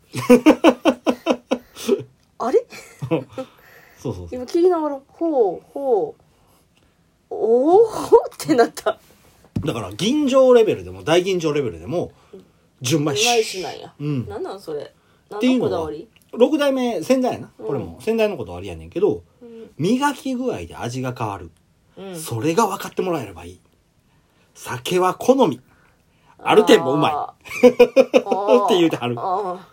S2: あれ
S1: そうそうそう。
S2: 今聞きながら「ほうほうおお」ってなった
S1: だから、吟醸レベルでも、大吟醸レベルでも、純
S2: うま
S1: 米酒。
S2: いしなんや、
S1: うん。
S2: なんなんそれ
S1: っていう
S2: 何の
S1: の
S2: こ
S1: は
S2: だわり
S1: 6代目、先代やな。
S2: うん
S1: これも、先代のことはありやねんけど、
S2: うん
S1: 磨き具合で味が変わる。
S2: うん
S1: それが分かってもらえればいい。酒は好み。ある点もうまい
S2: あー
S1: って言うてはる
S2: あ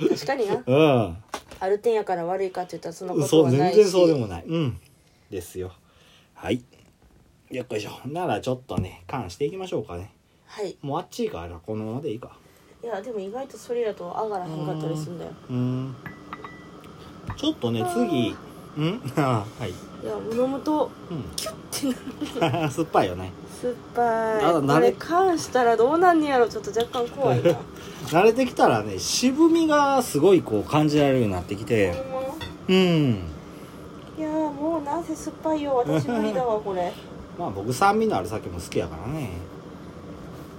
S2: ー確かにな
S1: うん。
S2: ある点やから悪いかって言ったらそんなこと
S1: そう、
S2: はな
S1: 全
S2: いし
S1: 然そうでもない。うん。ですよ。はい。よっこいしょ。ならちょっとね、缶していきましょうかね。
S2: はい
S1: もうあっちいいから、このままでいいか。
S2: いやでも意外とそれやと上がらへんかったりするんだよ
S1: うん。ちょっとね、次。うん あーはい。
S2: いや飲むと
S1: う
S2: キュッ てなる
S1: ん。酸っぱいよね。
S2: 酸っぱい
S1: あ慣
S2: こ
S1: れ
S2: れ缶したらどうなんねやろちょっと若干怖いな
S1: 慣れてきたらね、渋みがすごいこう感じられるようになってきて。うん。
S2: いやーもうなんせ酸っぱいよ私無理 だわこれ
S1: まあ僕酸味のある酒も好きやからね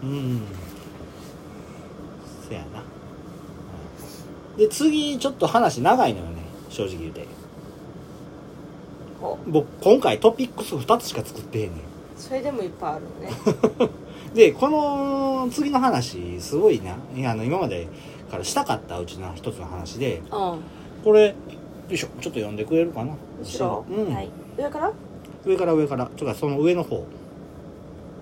S1: うんせやなはいで次ちょっと話長いのよね正直言うて
S2: お
S1: 僕今回トピックス2つしか作ってへんね
S2: それでもいっぱいあるのね
S1: んでこの次の話すごいないやあの今までからしたかったうちの一つの話で
S2: う
S1: これよいしょちょっと読んでくれるかなん
S2: 後ろ、
S1: うん
S2: はい上から
S1: 上から上からとかその上の方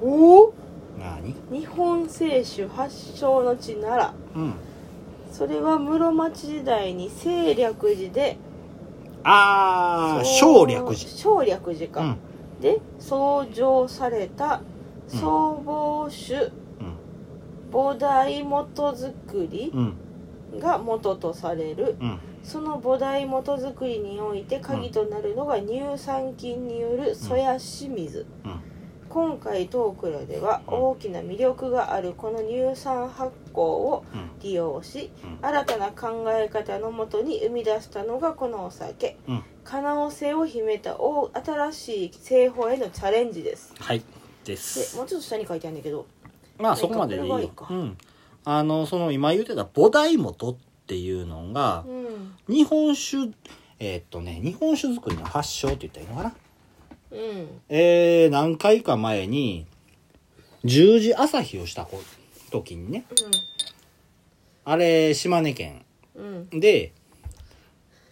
S2: おお
S1: なに
S2: 日本清酒発祥の地なら
S1: うん
S2: それは室町時代に清略寺で
S1: ああ省略寺
S2: 省略寺か、
S1: うん
S2: で創上された
S1: うん
S2: 総合酒
S1: うん
S2: 菩提元作り
S1: うん
S2: が元とされる
S1: うん
S2: その菩提元作りにおいて鍵となるのが乳酸菌によるそやし水、
S1: うん
S2: 今回当蔵では大きな魅力があるこの乳酸発酵を
S1: うん
S2: 利用し、
S1: う
S2: 新たな考え方のもとに生み出したのがこのお酒、
S1: うん
S2: 可能性を秘めた大新しい製法へのチャレンジです
S1: はいで
S2: ですもうちょっと下に書いてあるんだけど
S1: まあそこまででいい
S2: これ
S1: よ
S2: がいいか
S1: うん、あのその今言ってた菩提元っていうのが
S2: うん
S1: 日本酒えーっとね日本酒造りの発祥って言ったらいいのかな
S2: うん
S1: えー、何回か前に十字朝日をしたこ時にねあれ島根県
S2: うんうん
S1: で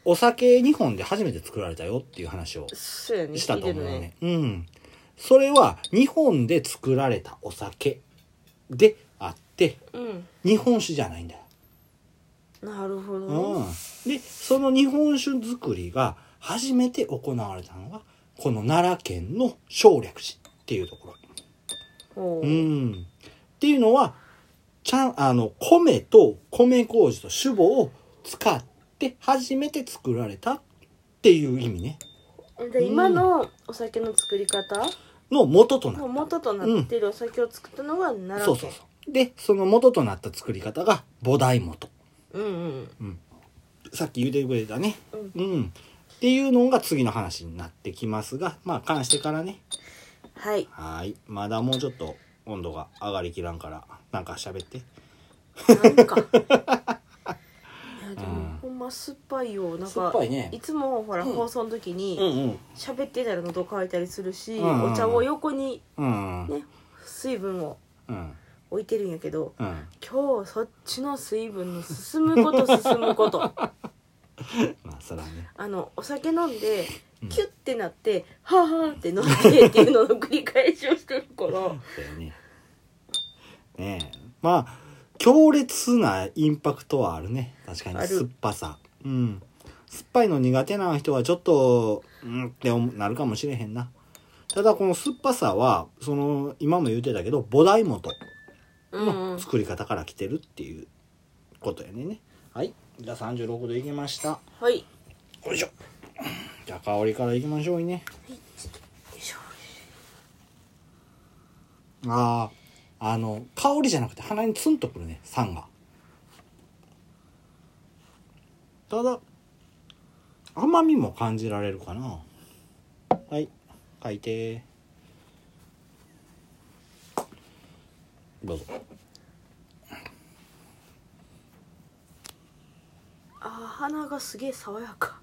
S1: お酒日本で初めて作られたよっていう話を
S2: そうやね
S1: したと
S2: 聞い
S1: 思
S2: て
S1: う
S2: る
S1: ね。うん。それは日本で作られたお酒であって、
S2: うん
S1: 日本酒じゃないんだよ。
S2: なるほどね、
S1: うん。で、その日本酒作りが初めて行われたのが、この奈良県の省略寺っていうとこ
S2: ほ
S1: ろ。う
S2: う
S1: ん。っていうのは、ちゃん、あの、米と米麹と酒母を使って初めて作られたっていう意味ね。
S2: で今のお酒の作り方
S1: の元となった
S2: の元となってるお酒を作ったのが奈
S1: そ
S2: 良
S1: うそ
S2: 県
S1: うそう。で、その元となった作り方が菩提元。
S2: うんうん
S1: さっき言うてくれたね。
S2: うん
S1: うん。っていうのが次の話になってきますが、まあ、関してからね。
S2: はい
S1: はーい。まだもうちょっと温度が上がりきらんから、なんか喋って。
S2: な んかいやで
S1: うん
S2: もほんま酸っぱいよなん
S1: 酸っ
S2: か
S1: ぱいね
S2: いつもほら
S1: うん
S2: 放送の時
S1: うん
S2: に
S1: うん。
S2: 喋ってたら喉乾いたりするし
S1: うんうん
S2: お茶を横に
S1: うんうん。
S2: ね水分を
S1: うん。
S2: 置いてるんやけど
S1: うん。
S2: 今日そっちの水分 の進むこと進むこと
S1: まあ、そらね。
S2: あのお酒飲んで
S1: うん
S2: キュッてなって「はあはあ」って飲んでっていうのの繰り返しをしてるから
S1: だよね。ねえ。まあ、強烈なインパクトはあるね。確か
S2: あ
S1: に、
S2: る
S1: 酸っぱさ。うん。酸っぱいの苦手な人はちょっと、うんって思なるかもしれへんな。ただこの酸っぱさは、その、今も言ってたけど、菩提元
S2: うんう
S1: の
S2: ん
S1: 作り方から来てるっていうことやねんね。はい。じゃあ36度いけました。
S2: はいよ
S1: よいしょ。じゃあ香りからいきましょうね。
S2: いしょ
S1: ああ、あの、香りじゃなくて鼻にツンとくるね、酸が。ただ、甘みも感じられるかな。はい、書いて。どうぞ。
S2: あ鼻がすげえ爽やか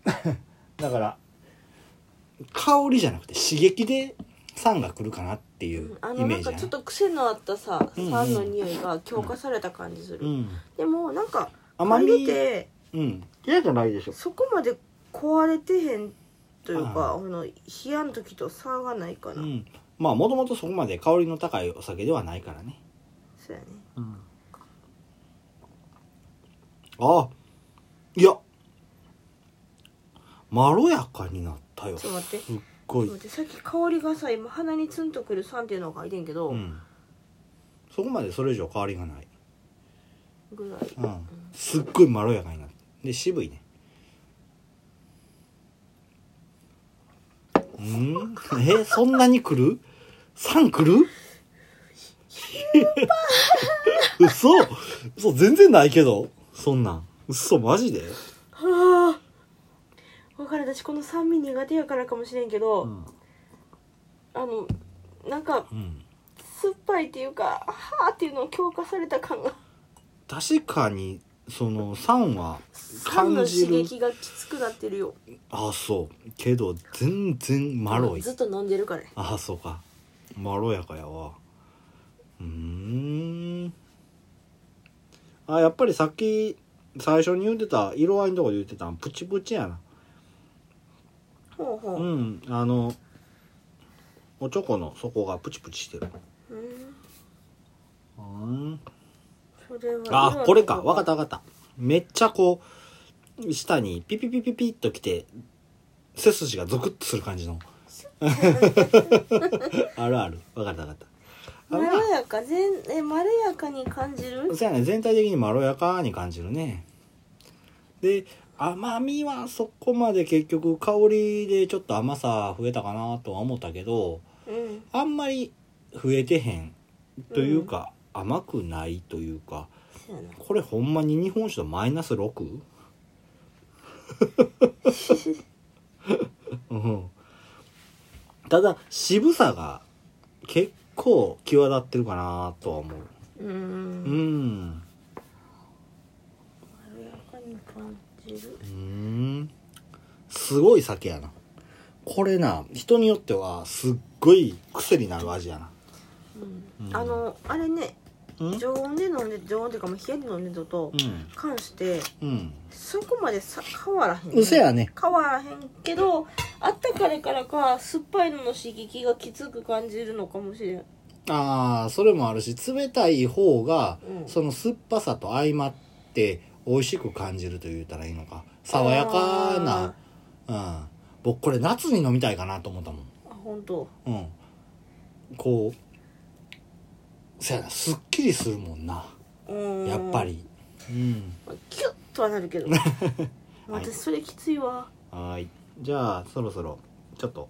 S1: だから、香りじゃなくて刺激で酸が来るかなっていう
S2: あ
S1: イ
S2: の
S1: メー
S2: なん
S1: ジ
S2: か
S1: や
S2: ちょっと癖のあったさ
S1: うんうん
S2: 酸の匂いが強化された感じする、
S1: うん。
S2: でもなんか
S1: 甘み
S2: 入れて
S1: うん。嫌じゃないでしょ。
S2: そこまで壊れてへんというか
S1: あ
S2: あの冷やの時と差がないか
S1: う
S2: な、
S1: ん。まあ、もともとそこまで香りの高いお酒ではないからね。
S2: そうやね
S1: うんあいやまろやかになったよ
S2: ち
S1: す
S2: ょっと待って
S1: っごい、
S2: でさっき香りがさ今鼻にツンとくる酸っていうのが入ってんけど、
S1: うん、そこまでそれ以上変わりがない、
S2: ぐらい、
S1: うん、すっごいまろやかになったで渋いねうんえそんなに来る酸来る 嘘嘘全然ないけどそんなん嘘マジで
S2: はあ分からん私この酸味苦手やからかもしれんけど、
S1: うん
S2: あのなんか
S1: うん、
S2: 酸っぱいっていうかはあっていうのを強化された感が
S1: 確かにその酸は
S2: 酸
S1: 感
S2: の
S1: じ
S2: 刺
S1: る
S2: 激がきつくなってるよ
S1: あそうけど全然まろい
S2: ずっと飲んでるからね
S1: あそうかまろやかやわうーんあやっぱりさっき最初に言ってた色合いのとこで言ってたんプチプチやな
S2: ほうほ
S1: う
S2: う、
S1: んあのおちょこの底がプチプチしてる
S2: うん、
S1: うん
S2: それは
S1: あこれかわかったわかっためっちゃこう下にピピピピピッときて背筋がゾクッとする感じのあるあるわかったわかったあ
S2: ま
S1: ま
S2: ろやか全えまろやかに感じる
S1: あそうやね全体的にまろやかに感じるねで甘みはそこまで結局香りでちょっと甘さ増えたかなとは思ったけど
S2: うん
S1: あんまり増えてへんというか、甘くないというか
S2: そうやな
S1: これほんまに日本酒とマイナス 6? うん、ただ渋さが結構際立ってるかなとは思う
S2: う
S1: うんん
S2: まろやかに感じる
S1: うんすごい酒やなこれな人によってはすっごい癖になる味やな
S2: うん
S1: うん
S2: あのあれね
S1: うん
S2: 常温で飲んで常温っていうかもう冷えで飲んでたと
S1: うん
S2: 関して
S1: うん
S2: そこまでさ変わらへん、
S1: うせやね
S2: 変わらへんけどあったかれからか酸っぱいのの刺激がきつく感じるのかもしれん
S1: ああそれもあるし冷たい方が、
S2: うん
S1: その酸っぱさと相まって美味しく感じると言ったらいいのか爽やかなうん僕これ夏に飲みたいかなと思ったもん
S2: あ本当
S1: うんこうそやなすっきりするもんな
S2: うん
S1: やっぱりうん
S2: キュッとはなるけ ど私それきついわ
S1: はーいじゃあそろそろちょっと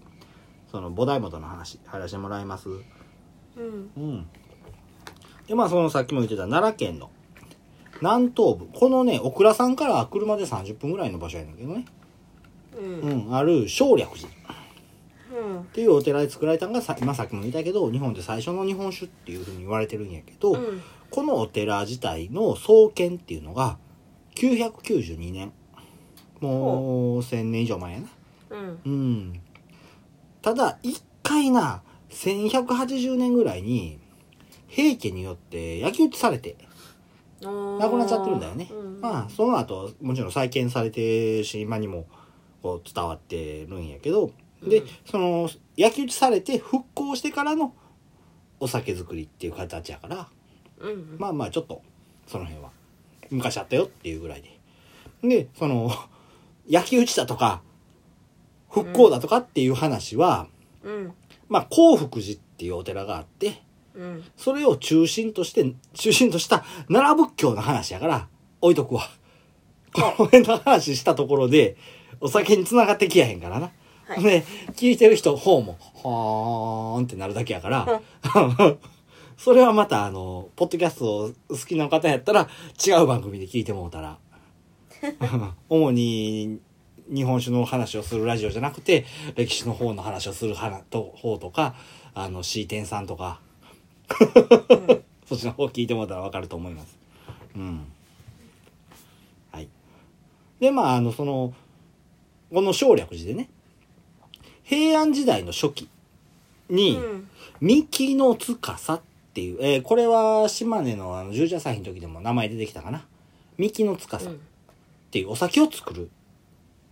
S1: その菩提元の話入らせてもらいます
S2: うん
S1: うんでまあそのさっきも言ってた奈良県の南東部このね小倉さんから車で30分ぐらいの場所やねんけどね、
S2: う
S1: うんん、ある正略寺
S2: うん
S1: っていうお寺で作られたのがさ,、まあ、さっきも言ったけど日本で最初の日本酒っていうふうに言われてるんやけど、
S2: うん
S1: このお寺自体の創建っていうのが992年もう1000年以上前やな
S2: うん
S1: うんただ一回な1180年ぐらいに平家によって焼き討ちされて
S2: な
S1: 亡くなっちゃってるんだよね、
S2: うん、
S1: まあその後もちろん再建されてし今にもこう伝わってるんやけどで、
S2: うん
S1: その焼き討ちされて復興してからのお酒造りっていう形やから
S2: うん
S1: まあまあちょっとその辺は昔あったよっていうぐらいででその 焼き討ちだとか復興だとかっていう話は、
S2: うん
S1: まあ興福寺っていうお寺があって
S2: うん
S1: それを中心として中心とした奈良仏教の話やから置いとくわこの辺の話したところでお酒に繋がってきやへんからな、
S2: はい
S1: で聞いてる人方も「ほーん」ってなるだけやから、 それはまたあのポッドキャストを好きな方やったら違う番組で聞いてもうたら 主に日本酒の話をするラジオじゃなくて歴史の方の話をする花と方とかあの C 点さんとか
S2: うん
S1: そっちの方聞いてもらったらわかると思います。うん。はい。で、まあ、あの、その、この省略寺でね、平安時代の初期に、
S2: うん
S1: 三木の司っていう、えーこれは島根のあの十字朝日の時でも名前出てきたかな。三木の司
S2: う
S1: っ
S2: ん
S1: ていうお酒を作る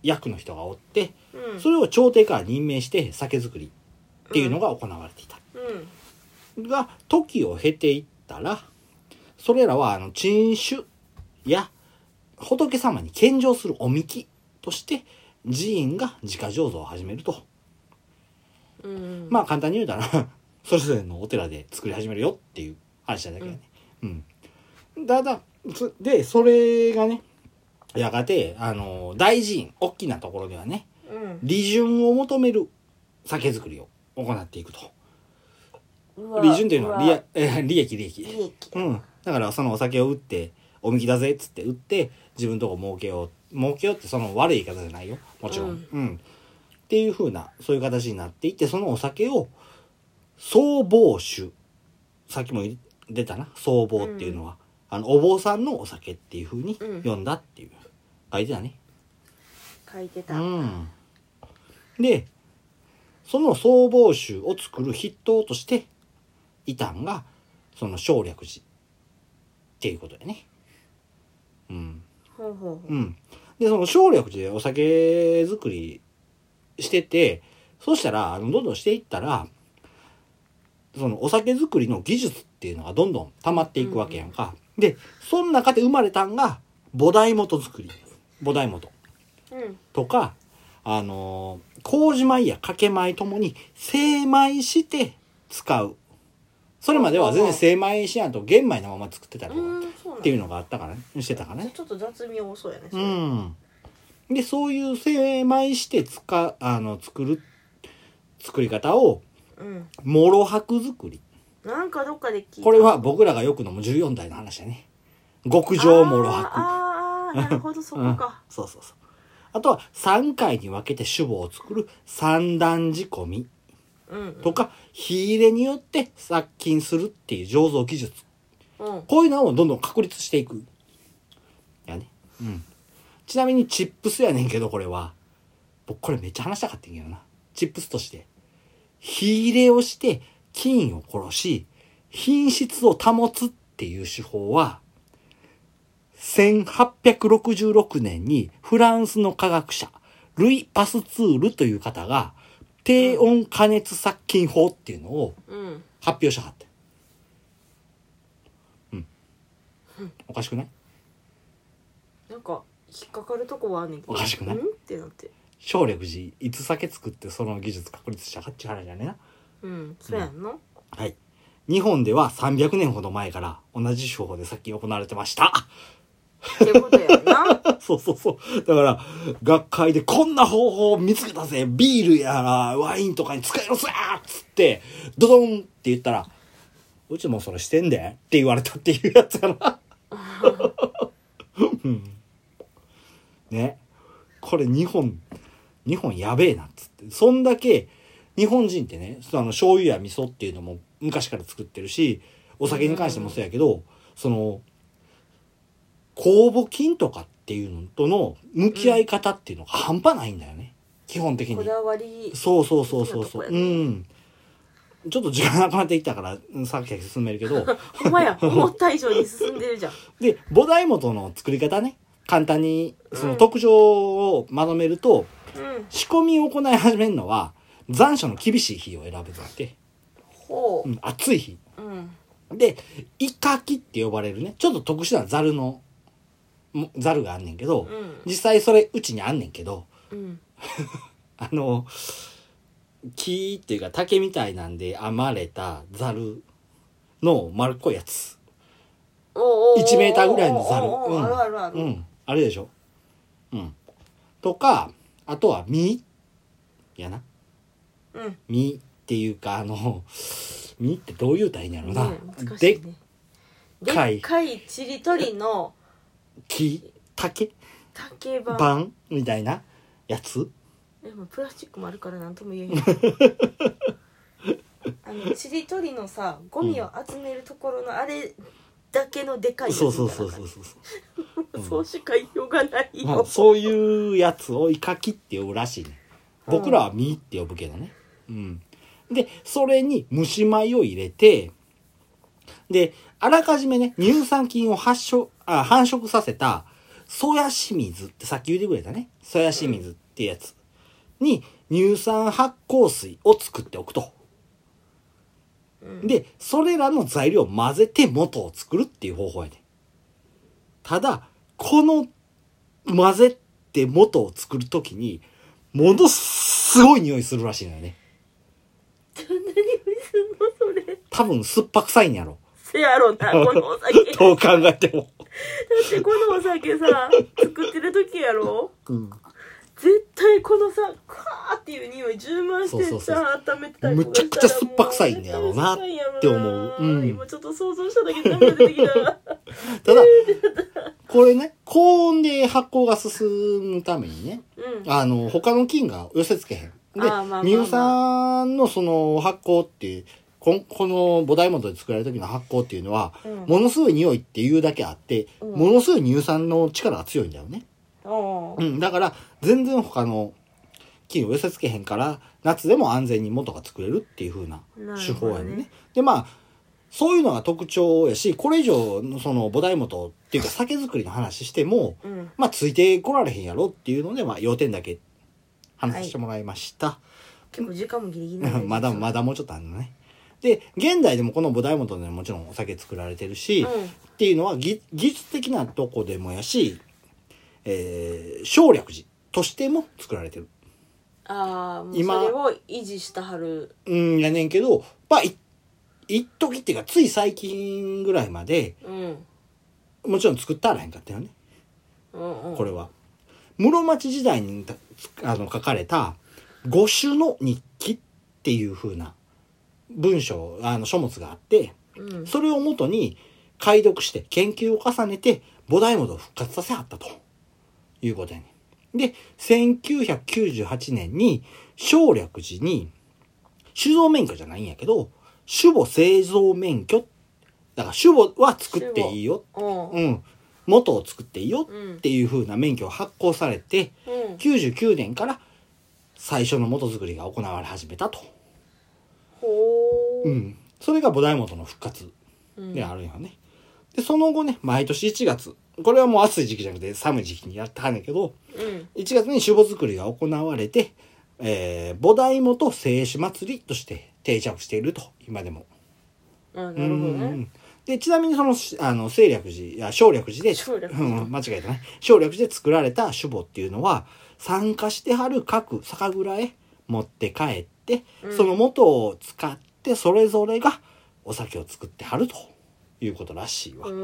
S1: 役の人がおって、
S2: うん
S1: それを朝廷から任命して酒造りっていうのが行われていた。
S2: うん
S1: が時を経ていったらそれらはあの陳酒や仏様に献上するおみきとして寺院が自家醸造を始めると
S2: うん
S1: まあ簡単に言うたら それぞれのお寺で作り始めるよっていう話なんだけどね。うんただそでそれがねやがてあの大寺院大きなところではね
S2: うん
S1: 利潤を求める酒造りを行っていくと
S2: うわ
S1: 利潤っていうのは
S2: わ
S1: 利益えー利益利益
S2: 利益
S1: うん、だからそのお酒を売っておみきだぜっつって売って自分のとこ儲けよう儲けようってその悪い言い方じゃないよもちろん、う
S2: うんん
S1: っていう風なそういう形になっていってそのお酒を僧帽酒さっきも出たな僧帽っていうのは、あのお坊さんのお酒っていう風に
S2: うん
S1: 呼んだっていう書いてたね
S2: 書いて
S1: う
S2: たうん
S1: んでその僧帽酒を作る筆頭としていたんがその省略寺っていうことやねうん
S2: ほうほう
S1: う
S2: ほうん
S1: でその省略寺でお酒作りしててそうしたらあのどんどんしていったらそのお酒作りの技術っていうのがどんどん溜まっていくわけやんか、でその中で生まれたんが菩提元作り菩提元
S2: うん
S1: とか、あのー麹米や掛け米ともに精米して使う。それまでは全然精米しやんと玄米のまま作ってたりとか
S2: うんそうなん
S1: っていうのがあったからね、してたからね。
S2: ちょっと雑味多そうやねそうれ
S1: ん。で、そういう精米して使、あの、作る、作り方を、
S2: うん
S1: 諸白作り。
S2: なんかどっかで聞いた
S1: これは僕らがよく飲む14代の話だね。極上諸白。
S2: あ ーあーなるほどそこか
S1: うん、そうそうそうあとは3回に分けて酒母を作る三段仕込み
S2: うん
S1: とか火入れによって殺菌するっていう醸造技術
S2: うん
S1: こういうのをどんどん確立していくやねうんちなみにチップスやねんけどこれは僕これめっちゃ話したかったんやけどなチップスとして火入れをして菌を殺し品質を保つっていう手法は1866年にフランスの科学者ルイ・パスツールという方が低温加熱殺菌法っていうのを
S2: うん
S1: 発表したかったうんおかしくない
S2: なんか引っかかるとこはあんねんけど
S1: おかしくない
S2: うんってなって
S1: 省略寺いつ酒作ってその技術確立したかっちゅう話だねな
S2: うんそうやんの
S1: はい日本では300年ほど前から同じ手法でさっき行われてました
S2: ってことや んな
S1: そうそうそうだから学会でこんな方法を見つけたぜビールやらワインとかに使えるぜっつってドドンって言ったらうちもそれしてんでって言われたっていうやつやなうんねこれ日本日本やべえなっつってそんだけ日本人ってねその醤油や味噌っていうのも昔から作ってるしお酒に関してもそうやけどその酵母菌とかっていうのとの向き合い方っていうのが半端ないんだよね基本的に
S2: こだわり
S1: そうそうそうそうそう
S2: 好きなとこや
S1: う
S2: ね
S1: んちょっと時間なくなってきたからうんさっき進めるけど
S2: ほんま や思った以上に進んでるじゃん
S1: で菩提元の作り方ね簡単にその
S2: うん
S1: 特徴をまとめると、
S2: うん
S1: 仕込みを行い始めるのは残暑の厳しい日を選ぶので、
S2: ほ
S1: うん、暑い日
S2: ううん
S1: でイカキって呼ばれるねちょっと特殊なザルのもザルがあんねんけど、
S2: うん
S1: 実際それうちにあんねんけど
S2: うん
S1: あの木っていうか竹みたいなんで編まれたザルの丸っこいやつ
S2: おうおうおう
S1: 1メーターぐらいのザル
S2: おうおうおう
S1: うん
S2: あるあるあ
S1: う
S2: る
S1: んあれでしょうんとかあとは実やな
S2: うん
S1: 実っていうかあの実ってどう言うたらいいんやろな、
S2: うん難し
S1: で
S2: いね
S1: で
S2: で
S1: っ
S2: っ
S1: か
S2: か
S1: い
S2: いちりとりの
S1: 木竹
S2: 竹板
S1: 板みたいなやつ
S2: でもプラスチックもあるから何とも言えへん あのちりとりのさゴミを集めるところのあれだけのでかいや
S1: そ
S2: つみ
S1: う
S2: たい
S1: そうそう
S2: な
S1: そうそうそううん
S2: そうしか言いようがないよ、
S1: まあ、そういうやつをイカキって呼ぶらしいね僕らはミって呼ぶけどねうんでそれに蒸し米を入れてであらかじめね乳酸菌を発症あ繁殖させたソヤシミズってさっき言ってくれたねソヤシミズってやつに乳酸発酵水を作っておくと
S2: うん
S1: でそれらの材料を混ぜて元を作るっていう方法やねただこの混ぜて元を作る時にものすごい匂いするらしいのよね
S2: どんなにおいすんのそれ
S1: 多分酸っぱくさいんやろ
S2: せやろなこのお 酒だ
S1: どう考えても、
S2: ってこのお酒さ作ってる時やろ
S1: うん、
S2: 絶対このさカーっていう匂い充満して
S1: そう
S2: さ
S1: そう
S2: 温めてたりとか
S1: むちゃくちゃ酸っぱくさいんだよなって思ううん
S2: 今ちょっと想像しただけで涙出て きた
S1: ただこれね高温で発酵が進むためにね
S2: うん
S1: あの他の菌が寄せつけへんで
S2: あーまあまあまあ
S1: 乳酸のその発酵っていうこんこの菩提元で作られる時の発酵っていうのは
S2: うん
S1: ものすごい匂いっていうだけあって、
S2: うん
S1: ものすごい乳酸の力が強いんだよね。
S2: お
S1: う
S2: ー
S1: ん、だから、全然他の菌を寄せ付けへんから、夏でも安全に元が作れるっていう風な
S2: な
S1: 手
S2: る
S1: 法
S2: ほ
S1: や
S2: どね
S1: ねで、まあ、そういうのが特徴やし、これ以上のその菩提元っていうか酒造りの話しても、
S2: うん
S1: まあ、ついてこられへんやろっていうので、まあ、要点だけ話してもらいました。
S2: 結構時間もギリギリなん
S1: まだま
S2: だ
S1: だもうちょっとあるのね。で、現代でもこの菩提元でももちろんお酒作られてるし、
S2: 実は
S1: っていうのは技技術的なとこでもやし、えー、省略寺としても作られてる。
S2: うんああもうそ
S1: 今
S2: れを維持したはる
S1: うん、やねんけど、まあ、い一時っていうか、つい最近ぐらいまで、
S2: うん
S1: もちろん作ったらへんかったよね、
S2: うんうん
S1: これは。室町時代にたあの書かれた、五種の日記っていう風な文章、あの書物があって、
S2: うん
S1: それをもとに解読して研究を重ねて菩提元を復活させはったということやね。で、1998年に省略寺に酒造免許じゃないんやけど、酒母製造免許。だから酒母は作っていいよ。
S2: うんうん
S1: うん。元を作っていいよ
S2: うん
S1: っていう風な免許を発行されて、99年から最初の元作りが行われ始めたと。
S2: ほ
S1: う
S2: ー
S1: ん。それが菩提元の復活
S2: うん
S1: であるんよね。で、その後ね、毎年1月、これはもう暑い時期じゃなくて寒い時期にやってはんねんけど、
S2: うん
S1: 1月に酒母作りが行われて、えー、菩提元清酒祭りとして定着していると、今でも。
S2: あなるほど
S1: う
S2: ね
S1: んで、ちなみにその、しあの、清略寺、いや、省略寺で、
S2: 省略
S1: う
S2: 寺
S1: ん、間違えたね。省略寺で作られた酒母っていうのは、参加してはる各酒蔵へ持って帰って、
S2: うん
S1: その元を使って、それぞれがお酒を作ってはるということらしいわ。で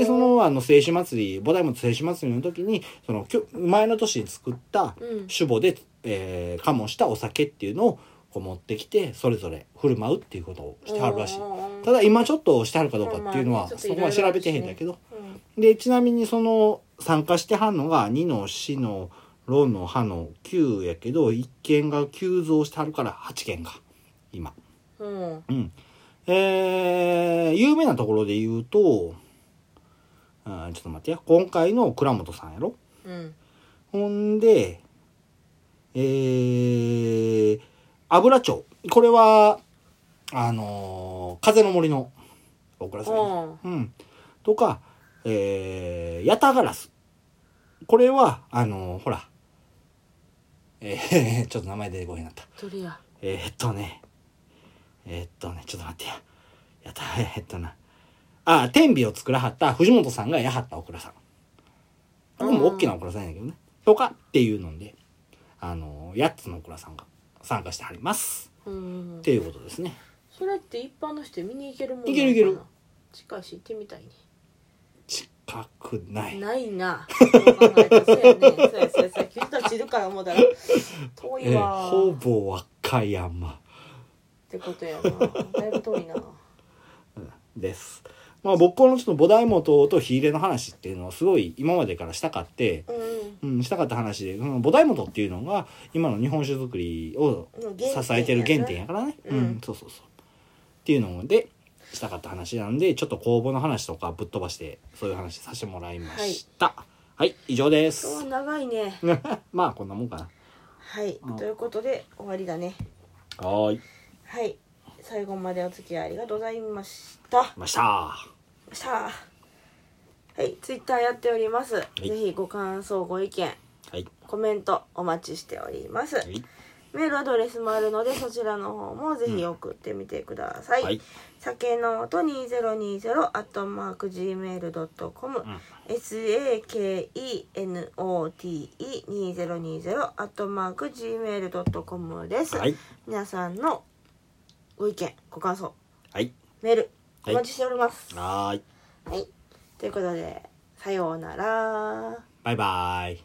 S2: で
S1: そのあの清酒祭り菩提元清酒祭りの時にそのきょ前の年に作った
S2: うん
S1: 酒母で、えー、醸したお酒っていうのをこう持ってきてそれぞれ振る舞うっていうことをしてはるらしい
S2: うんうんうん
S1: ただ今ちょっとしてはるかどうかっていうの
S2: ま
S1: は
S2: あまあね
S1: そこは調べてへんだけど
S2: うん
S1: でちなみにその参加してはんのが2の4のロの歯の9やけど1件が急増してはるから8件が今
S2: うん
S1: うん。えー、有名なところで言うと、うん、ちょっと待ってや。今回の倉本さんやろ
S2: うん
S1: ほんで、えー、油町。これは、あのー風の森の大倉さんやね。
S2: うん
S1: うん。とか、えー、ヤタガラス。これは、あのーほら、えー ちょっと名前出てこへんなった
S2: どれや
S1: えー、っとねえー、っとねちょっと待ってややったえー、っとなあ天秤を作らはった藤本さんがやはったオクラさんこれも大きなオクラさんやけどねとかっていうのであの8つのオクラさんが参加してはります
S2: うん
S1: っていうことですね
S2: それって一般の人見に行けるもん
S1: いけるいける
S2: なのかな近いし行ってみたいね
S1: 近くない
S2: ないな。そう考えたらそうやね。そうやそうやそうや。君たちいるから思うたら遠
S1: え
S2: い
S1: ー
S2: わ。
S1: ほぼ和歌山
S2: ってことやな。だいぶ遠いな。
S1: ですまあ僕このちょっと菩提元と火入れの話っていうのをすごい今までからしたかって
S2: う
S1: うん、したかった話で、その菩提元っていうのが今の日本酒造りを
S2: ん。
S1: 支えてる原点
S2: や
S1: やからね、
S2: う
S1: うんんそうそうそうっていうのでしたかった話なんでちょっと公募の話とかぶっ飛ばしてそういう話させてもらいましたはい、以上で
S2: な。そう
S1: す
S2: 長いね。
S1: まあこんなもんかな
S2: はい
S1: うん。
S2: ということで終わりだね。
S1: はーい来
S2: はい。最後までお付き合いありがとうございました。
S1: ました
S2: さあ。はい。ツイッターやっております。
S1: い
S2: ぜひご感想、ご意見、
S1: はい
S2: コメントお待ちしております。
S1: はい
S2: メールアドレスもあるのでそちらの方もぜひ送ってみてください。
S1: はい
S2: 酒の音2020アットマーク Gmail.com
S1: ん
S2: sakenote2020 アットマーク Gmail.com です、
S1: はい
S2: 皆さんのご意見ご感想
S1: はい
S2: メールお
S1: はい
S2: 待ちしております、
S1: はーい
S2: はい、ということでさようなら
S1: バイバイ